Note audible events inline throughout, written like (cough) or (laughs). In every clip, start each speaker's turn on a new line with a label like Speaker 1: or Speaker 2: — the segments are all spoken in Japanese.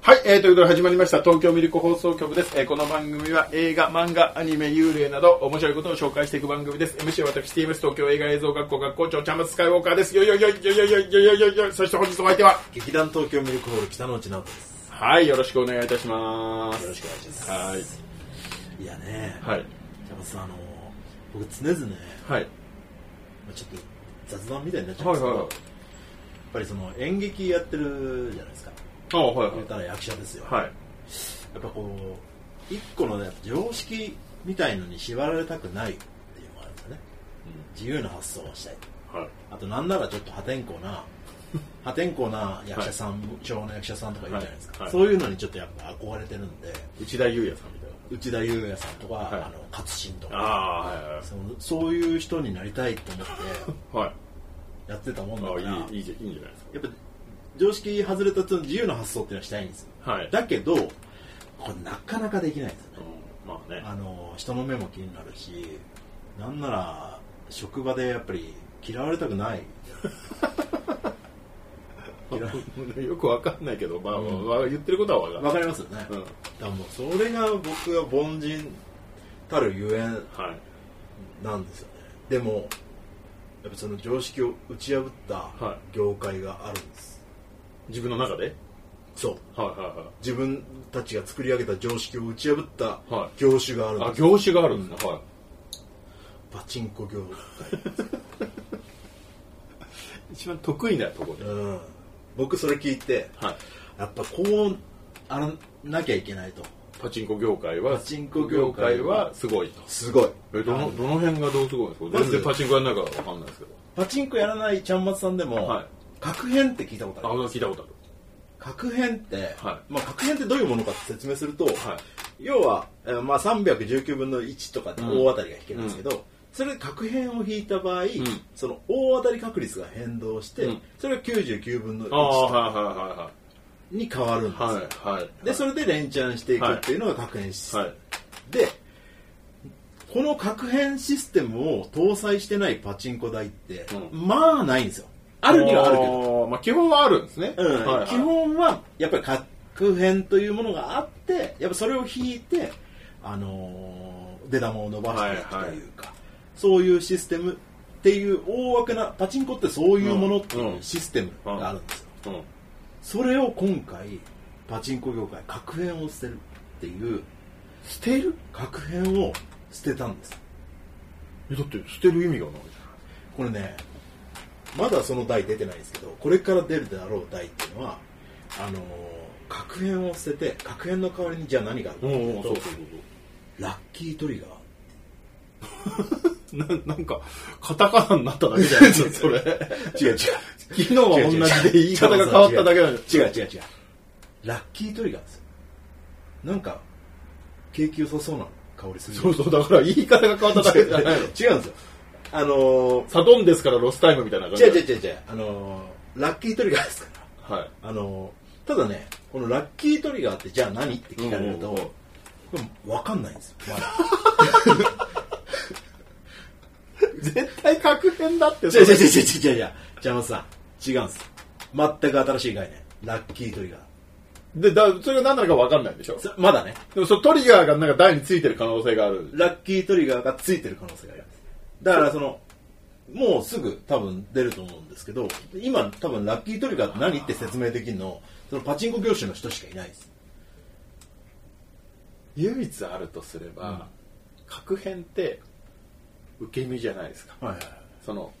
Speaker 1: はい、えー、ということで始まりました東京ミルク放送局です、えーこの番組は映画、漫画、アニメ、幽霊など面白いことを紹介していく番組です MC は私 TMS 東京映画映像学校学校長チャンマスカイウォーカーですよいよいよいよいよいよいよいよいよいよそして本日のお相手は
Speaker 2: 劇団東京ミルクホール北之内直人です
Speaker 1: はい、よろしくお願いいたします
Speaker 2: よろしくお願いします
Speaker 1: はい
Speaker 2: いやね
Speaker 1: はい
Speaker 2: やっぱさあの僕常々ね、
Speaker 1: はい
Speaker 2: まあ、ちょっと雑談みたいになっちゃうん
Speaker 1: は
Speaker 2: で
Speaker 1: い
Speaker 2: すけど、
Speaker 1: はい
Speaker 2: やっぱりその演劇やってるじゃないですか
Speaker 1: あはいは
Speaker 2: 言ったら役者ですよ、
Speaker 1: いはい
Speaker 2: やっぱこう一個の、ね、常識みたいのに縛られたくないっていうのもあるんですよね自由な発想をしたい
Speaker 1: はい
Speaker 2: あとなんならちょっと破天荒な破天荒な役者さん、昭和の役者さんとかいるじゃないですか、
Speaker 1: はいはい
Speaker 2: そういうのにちょっとやっぱ憧れてるんで
Speaker 1: 内田裕也さんみたい
Speaker 2: 内田裕也さんとか、
Speaker 1: はい
Speaker 2: あの勝新と
Speaker 1: な
Speaker 2: か
Speaker 1: ああはい
Speaker 2: そのそういう人になりたいと思って
Speaker 1: はい
Speaker 2: やってたもんだか
Speaker 1: はい
Speaker 2: ら
Speaker 1: ああいいいいじゃいいんじゃないです
Speaker 2: やっぱ常識外れたその自由な発想っていうのはしたいんですよ
Speaker 1: かはい
Speaker 2: だけどこれなかなかできないんですよ
Speaker 1: う
Speaker 2: ね
Speaker 1: んまあね
Speaker 2: あの人の目も気になるしなんなら職場でやっぱり嫌われたくない嫌わ
Speaker 1: よくわかんないけど、まあ、
Speaker 2: うん
Speaker 1: まあ言ってることはわかる。
Speaker 2: わかりますよね、
Speaker 1: う
Speaker 2: だ
Speaker 1: ん。
Speaker 2: からもうそれが僕は凡人たるゆえん
Speaker 1: はい。
Speaker 2: なんですよねでもやっぱその常識を打ち破った
Speaker 1: は
Speaker 2: 業界があるんです、
Speaker 1: 自分の中で
Speaker 2: そう
Speaker 1: はいは
Speaker 2: 自分たちが作り上げた常識を打ち破った
Speaker 1: は
Speaker 2: 業種があるん
Speaker 1: い
Speaker 2: で
Speaker 1: はい。あ、
Speaker 2: す、
Speaker 1: 業種があるんですね。はい。
Speaker 2: パチンコ業
Speaker 1: 一番得意なとこ
Speaker 2: 界、
Speaker 1: で。
Speaker 2: うん、僕それ聞いて
Speaker 1: はい。
Speaker 2: やっぱこうあらなきゃいけないと
Speaker 1: パチンコ業界は、
Speaker 2: パチンコ業界
Speaker 1: はすごいと。
Speaker 2: すごい
Speaker 1: え、ど
Speaker 2: あ
Speaker 1: の、
Speaker 2: の
Speaker 1: どの辺がどうすごいんですか
Speaker 2: まず
Speaker 1: 全然パチンコやんないからわかんないですけど。
Speaker 2: パチンコやらないちゃんまつさんでも、
Speaker 1: はい
Speaker 2: 確変って聞いたこと
Speaker 1: あ、
Speaker 2: ある
Speaker 1: 聞いたこと
Speaker 2: 確変って、
Speaker 1: は
Speaker 2: まあ、確変ってどういうものかって説明すると、
Speaker 1: ある。はい。
Speaker 2: 要は、えーまあ、319分の1とかで
Speaker 1: うん
Speaker 2: 大当たりが引けるんですけど、それで角変を引いた場合、その大当たり確率が変動して、
Speaker 1: うん
Speaker 2: それが99分の1
Speaker 1: ああ、はいはいは
Speaker 2: に変わるんですよ、
Speaker 1: いはい。はいはい。
Speaker 2: でそれで連チャンしていくっていうのが確変システム、
Speaker 1: はい。
Speaker 2: でこの確変システムを搭載してないパチンコ台って、
Speaker 1: う
Speaker 2: まあないんですよあるにはあるけど
Speaker 1: ど。まあ基本はあるんですね。
Speaker 2: うん
Speaker 1: はいはい
Speaker 2: 基。本はやっぱり核編というものがあってやっぱそれを引いて、あのー出玉を伸ばしていくと
Speaker 1: はいはい
Speaker 2: いうか、そういうシステムっていう大枠なパチンコってそういうものって
Speaker 1: うん
Speaker 2: いううんシステムがあるんですよ、
Speaker 1: うん。
Speaker 2: それを今回パチンコ業界核編を捨てるっていう
Speaker 1: 捨てる
Speaker 2: 核編を捨てたんです
Speaker 1: えだって捨てる意味がない
Speaker 2: これねまだその台出てないんですけどこれから出るであろう台っていうのはあのー角片を捨てて角片の代わりにじゃあ何があるか
Speaker 1: じゃ
Speaker 2: っ
Speaker 1: ん。、
Speaker 2: ていううんと
Speaker 1: そうそうそうそう。
Speaker 2: ラッキートリガー
Speaker 1: ななん (laughs) か、カタカナになっただけじゃないですか、 (laughs) それ。
Speaker 2: 違う違う
Speaker 1: 昨日は同じで言い方が変わっただけなんです
Speaker 2: 違う違う違う違う違う違う違うラッキートリガーですよなんか景気良さそうな香りする
Speaker 1: そうそう、だから言い方が変わっただ
Speaker 2: 違
Speaker 1: け
Speaker 2: う
Speaker 1: じゃないの。
Speaker 2: 違うんですよあのー
Speaker 1: (laughs) サドンですからロスタイムみたいな感じ。
Speaker 2: 違う違う違う違うあのーラッキートリガーですから
Speaker 1: はい。
Speaker 2: あのただねこのラッキートリガーってじゃあ何って聞かれると、
Speaker 1: うんうんうん
Speaker 2: これ分か (laughs) んないんですよ、まだ
Speaker 1: 絶対確変だって、
Speaker 2: 違う違う違う違う違う違う邪魔さん違うんです全く新しい概念ラッキートリガー
Speaker 1: で、だ、それが何なのか分かんないでしょ。
Speaker 2: そまだね
Speaker 1: でも、そのトリガーがなんか台についてる可能性がある。
Speaker 2: ラッキートリガーがついてる可能性がありますだからそのもうすぐ多分出ると思うんですけど今多分ラッキートリガーって何って説明できるのそのパチンコ業種の人しかいないです
Speaker 1: 唯一あるとすれば、確変って、受け身じゃないですか。
Speaker 2: はいは
Speaker 1: その、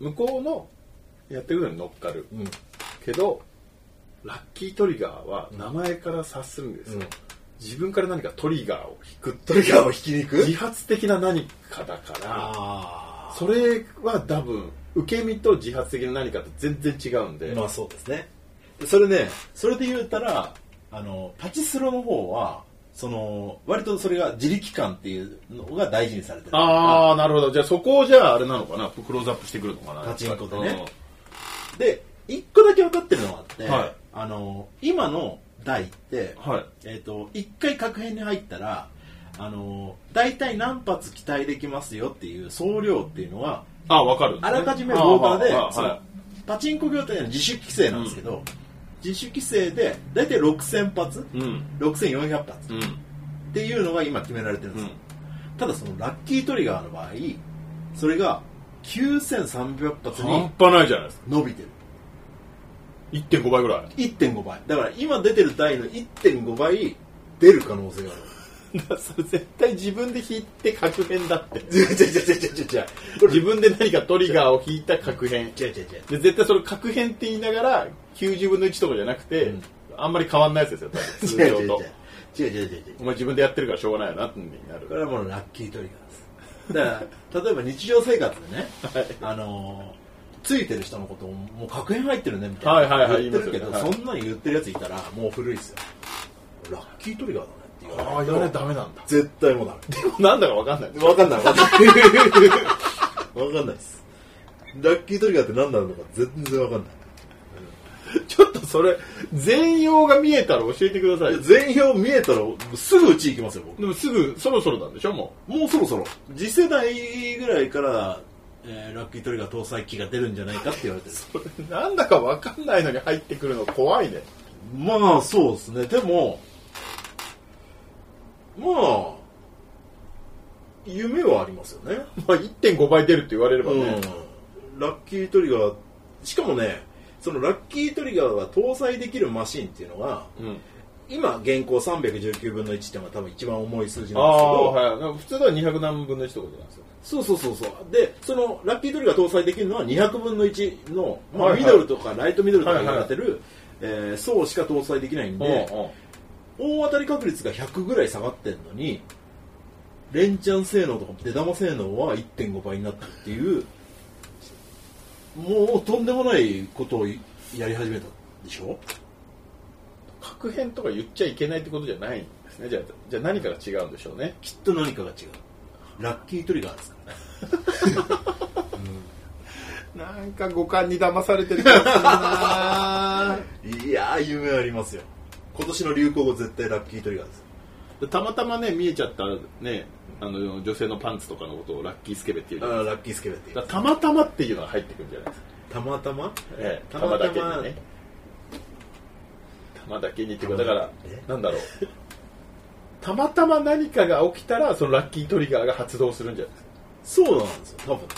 Speaker 1: 向こうの、やってるのに乗っかる。
Speaker 2: いはい
Speaker 1: けど、ラッキートリガーは名前から察するんですよ。
Speaker 2: うん
Speaker 1: 自分から何かトリガーを引く
Speaker 2: トリガーを引きに行く
Speaker 1: 自発的な何かだから
Speaker 2: あ
Speaker 1: それは多分受け身と自発的な何かと全然違うんで、
Speaker 2: まあそうですねでそれねそれで言うたらあのパチスロの方はその割とそれが自力感っていうのが大事にされてる
Speaker 1: ああなるほどじゃあそこをじゃああれなのかなクローズアップしてくるのかな
Speaker 2: パチンコでねで一個だけ分かってるのがあって、
Speaker 1: はい
Speaker 2: あの今の台って、
Speaker 1: うんはい
Speaker 2: えっと一回確変に入ったらあの大体何発期待できますよっていう総量っていうのは
Speaker 1: ああ分かるんです
Speaker 2: あ
Speaker 1: ね
Speaker 2: らかじめローバーで
Speaker 1: あー
Speaker 2: そ
Speaker 1: は
Speaker 2: のパチンコ業態の自主規制なんですけど、自主規制で大体6000発、
Speaker 1: うん
Speaker 2: 6400発
Speaker 1: うん
Speaker 2: っていうのが今決められてるんで
Speaker 1: う
Speaker 2: すよ、
Speaker 1: ん
Speaker 2: ただそのラッキートリガーの場合それが9300発
Speaker 1: 半
Speaker 2: に
Speaker 1: 端ないじゃないですか
Speaker 2: 伸びてる
Speaker 1: 1.5倍ぐらい
Speaker 2: 1.5倍だから今出てる台の1.5倍出る可能性がある
Speaker 1: それ絶対自分で引いて確変だ (laughs) って
Speaker 2: 違う違う違う違う違う違うこれ
Speaker 1: 自分で何かトリガーを引いた確変
Speaker 2: 違う違う違う
Speaker 1: で絶対それ確変って言いながら90分の1とかじゃなくて、
Speaker 2: うん
Speaker 1: あんまり変わんないやつですよ多分
Speaker 2: 違う
Speaker 1: 通
Speaker 2: 違う違
Speaker 1: 常と
Speaker 2: う違う違う違う違う
Speaker 1: お前自分でやってるからしょうがないよなってなる
Speaker 2: これはもうラッキートリガーですだから例えば日常生活でね、あのーついてる人のことをもう確変入ってるねみたいな、
Speaker 1: はいはいはい
Speaker 2: 言ってるけ
Speaker 1: 言
Speaker 2: ど、
Speaker 1: いますよねはい
Speaker 2: そんなに言ってるやついたらもう古いですよラッキートリガーだねって言われる
Speaker 1: ダメなんだ
Speaker 2: 絶対もうダ
Speaker 1: でもなんだか分かんない
Speaker 2: メわかんないわかんないわかんないですラッキートリガーって何なのか全然わかんない
Speaker 1: ちょっとそれ全容が見えたら教えてください
Speaker 2: いや全表見えたらすぐうち行きますよ僕
Speaker 1: でもすぐそろそろなんでしょも
Speaker 2: もうそろそろ次世代ぐらいから、えーラッキートリガー搭載機が出るんじゃないかって言われてる
Speaker 1: うなんだか分かんないのに入ってくるの怖いね
Speaker 2: まあそうですねでもまあ夢はありますよね
Speaker 1: まあ1.5倍出るって言われればね、
Speaker 2: うんラッキートリガーしかもねそのラッキートリガーが搭載できるマシンっていうのは
Speaker 1: うん
Speaker 2: 今現行319分の1っていうのが多分一番重い数字
Speaker 1: あ
Speaker 2: なんですけ
Speaker 1: あ、
Speaker 2: ど、
Speaker 1: はい。なんか普通だは200何分の1とかじゃないですか。
Speaker 2: そうそうそうそうでそのラッキートリガー搭載できるのは200分の1の、まあ
Speaker 1: はいはい
Speaker 2: ミドルとかライトミドルとか言われてる、えー層しか搭載できないんで、大当たり確率が100ぐらい下がってんのに連チャン性能とか出玉性能は1.5倍になったっていうもうとんでもないことをやり始めたでしょ
Speaker 1: 確変とか言っちゃいけないってことじゃないんですね。じゃあ、じゃあ何かが違うんでしょうね。
Speaker 2: きっと何かが違うラッキートリガーですからね
Speaker 1: なんか五感に騙されてる感じだな
Speaker 2: いやー夢ありますよ今年の流行語絶対ラッキートリガーです
Speaker 1: たまたまね、見えちゃったね、あの、女性のパンツとかのことをラッキースケベっていう
Speaker 2: あ
Speaker 1: じゃない
Speaker 2: ーラッキースケベっていう
Speaker 1: だからたまたまっていうのが入ってくるんじゃないですか。
Speaker 2: たまたま
Speaker 1: ええ、
Speaker 2: た
Speaker 1: た
Speaker 2: ま
Speaker 1: ま
Speaker 2: たま
Speaker 1: だけにね。たまだけにってことだから
Speaker 2: え、
Speaker 1: なんだろう。たまたま何かが起きたら、そのラッキートリガーが発動するんじゃないですか。
Speaker 2: そうなんですよ多分ね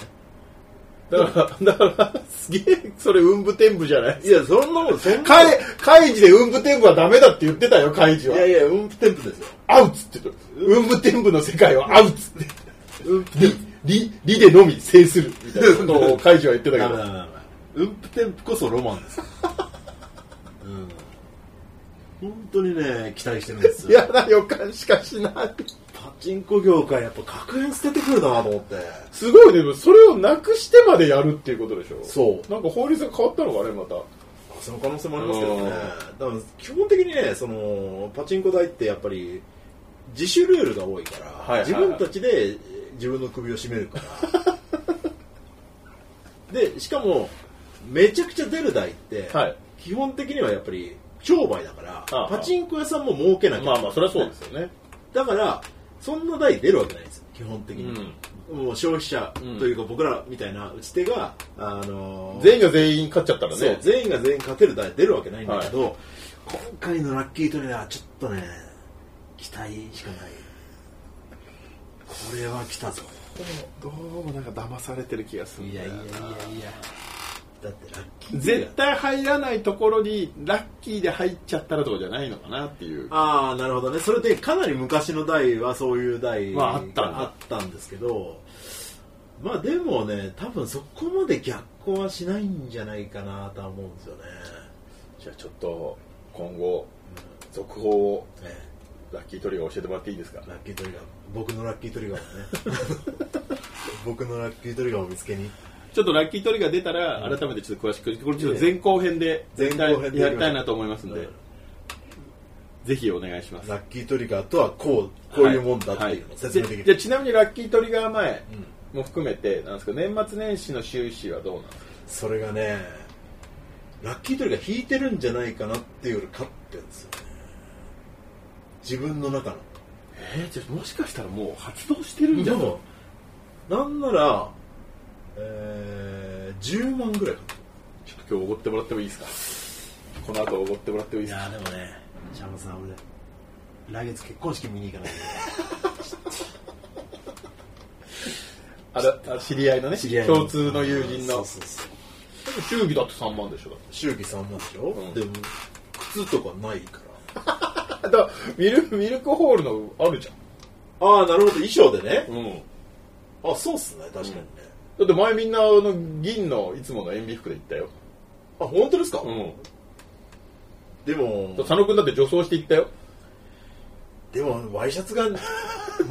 Speaker 1: だから、だから、すげえ、それ、うんぶてんぶじゃない
Speaker 2: いやそんなことそんな
Speaker 1: かい、カイジでうんぶてんぶはダメだって言ってたよ、カイジ
Speaker 2: い
Speaker 1: は
Speaker 2: や。いやうんぷてんぷですよ
Speaker 1: アウツって言ってた。うんぶてんぶの世界はアウツって。
Speaker 2: うんぷて
Speaker 1: り、
Speaker 2: ん
Speaker 1: り、りでのみ制する。みたいなことをカイジは言ってたけ
Speaker 2: ダメ
Speaker 1: ど。
Speaker 2: ダメダメうんぷてんぷこそロマンですようん本当にね期待してるんですよ
Speaker 1: 嫌な予感しかしない。
Speaker 2: パチンコ業界やっぱ確変捨ててくるなと思って
Speaker 1: すごいね、でもそれをなくしてまでやるっていうことでしょ
Speaker 2: そう
Speaker 1: なんか法律が変わったのかね、また。
Speaker 2: その可能性もありますけどねだから基本的にねそのパチンコ台ってやっぱり自主ルールが多いから、
Speaker 1: いはいはい
Speaker 2: 自分たちで自分の首を絞めるから (laughs) でしかもめちゃくちゃ出る台って、
Speaker 1: はい
Speaker 2: 基本的にはやっぱり商売だから
Speaker 1: ああ
Speaker 2: パチンコ屋さんも儲けなきゃ、
Speaker 1: まあまあ、それはそうですよね。
Speaker 2: だからそんな台出るわけないんですよ基本的に、もう消費者というか僕らみたいな打ち手が、あのー
Speaker 1: 全員が全員勝っちゃったら
Speaker 2: そう
Speaker 1: ね。
Speaker 2: 全員が全員勝てる台出るわけないんだけど、今回のラッキートレーはちょっとね期待しかないこれは来たぞ
Speaker 1: どうもなんか騙されてる気がするんだよない
Speaker 2: やだってラッキートリガ
Speaker 1: 絶
Speaker 2: ー
Speaker 1: 対入らないところにラッキーで入っちゃったらとかじゃないのかなっていう
Speaker 2: ああなるほどねそれでかなり昔の台はそういう台
Speaker 1: まあ
Speaker 2: が
Speaker 1: あったんだ
Speaker 2: あったんですけどまあでもね多分そこまで逆行はしないんじゃないかなとは思うんですよね、
Speaker 1: じゃあちょっと今後続報を
Speaker 2: うんね
Speaker 1: ラッキートリガー教えてもらっていいですか
Speaker 2: ラッキートリガー僕のラッキートリガーをね僕のラッキートリガーを見つけに
Speaker 1: ちょっとラッキートリガー出たら
Speaker 2: うん
Speaker 1: 改めてちょっと詳しくこれちょっと前後編で
Speaker 2: 前後編で
Speaker 1: やりたいなと思いますん
Speaker 2: う
Speaker 1: で
Speaker 2: ん
Speaker 1: ぜひお願いします
Speaker 2: ラッキートリガーとはこうこういうもんだっていうのを説明でき
Speaker 1: じゃ
Speaker 2: る、
Speaker 1: あちなみにラッキートリガー前も含めてなんですけど年末年始の収支はどうなんですか
Speaker 2: それがねラッキートリガー引いてるんじゃないかなっていうより勝ってるんですよね自分の中の
Speaker 1: えー、じゃあもしかしたらもう発動してるんじ
Speaker 2: で
Speaker 1: ゃない
Speaker 2: もなんなら、えー10万ぐらいか
Speaker 1: ちょっと今日おごってもらってもいいですかこの後おごってもらってもい
Speaker 3: い
Speaker 1: いです
Speaker 3: やー
Speaker 1: か
Speaker 3: でもね、シャムさん、俺、来月結婚式見に行かない
Speaker 1: あらあ知り合いのね
Speaker 3: 知り合いの
Speaker 1: 共通の友人
Speaker 3: そ
Speaker 1: の
Speaker 3: うそうそう。
Speaker 1: 祝儀だって3万でしょだって
Speaker 2: 祝儀さんなんでしょ、
Speaker 1: ん
Speaker 2: でも靴とかないから
Speaker 1: あだミルミルクホールのあるじゃ
Speaker 2: ああなるほど衣装でね
Speaker 1: ん、うん、
Speaker 2: あそうっすね確かにね、
Speaker 1: だって前みんなあの銀のいつもの塩ビ服で行ったよ、
Speaker 2: あ本当ですか、
Speaker 1: うん、
Speaker 2: でも
Speaker 1: 佐野君だって女装して行ったよ
Speaker 2: でもワイシャ
Speaker 1: (laughs)
Speaker 2: ツが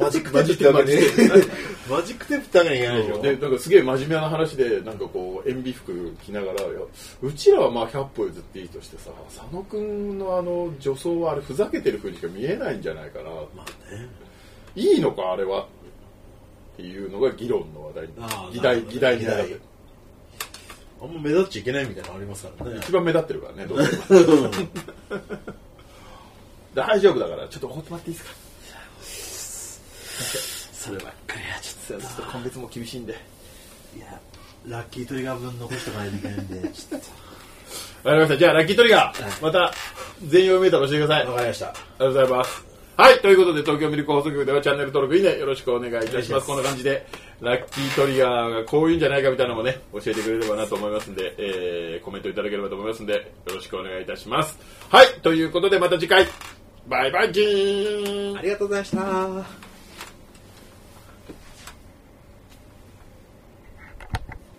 Speaker 2: マジック
Speaker 1: マ
Speaker 2: テ
Speaker 1: ジッ
Speaker 2: ープだ
Speaker 1: ク
Speaker 2: け
Speaker 1: テ
Speaker 2: に
Speaker 1: ー
Speaker 2: マジックテープだけにいけないでしょ、
Speaker 1: でなんかすげえ真面目な話でなんかこう塩ビ服着ながらようちらはまあ100歩譲っていいとしてさ佐野君のあの女装はあれふざけてる風にしか見えないんじゃないかな
Speaker 2: まあね
Speaker 1: いいのかあれはっていうのが議論の話題に
Speaker 2: ああ
Speaker 1: 議
Speaker 2: な
Speaker 1: 題
Speaker 2: るほど
Speaker 1: 議題にな
Speaker 2: 議題
Speaker 1: る
Speaker 2: あんま目立っちゃいけないみたいなのありますからね
Speaker 1: 一番目立ってるからねどうせ (laughs) 大丈夫だからちょっと怒ってもらっていいですか
Speaker 3: そればっかりはち
Speaker 1: ちょっと今月も厳しいんで
Speaker 3: ょっと、いや、ラッキートリガー分残しておかないといけないんで、ちょっ
Speaker 1: わかりましたじゃあラッキートリガ
Speaker 3: はい
Speaker 1: ーまた全容メーター教えてください
Speaker 2: わかりました
Speaker 1: ありがとうございます。はい、ということで、東京ミルク放送局ではチャンネル登録、いいね、よろしくお願いいたします。こんな感じで、ラッキートリガーがこういうんじゃないかみたいなのもね、教えてくれればなと思いますんで、えー、コメントいただければと思いますんで、よろしくお願いいたします。はい、ということで、また次回、バイバイジーン
Speaker 2: ありがとうございました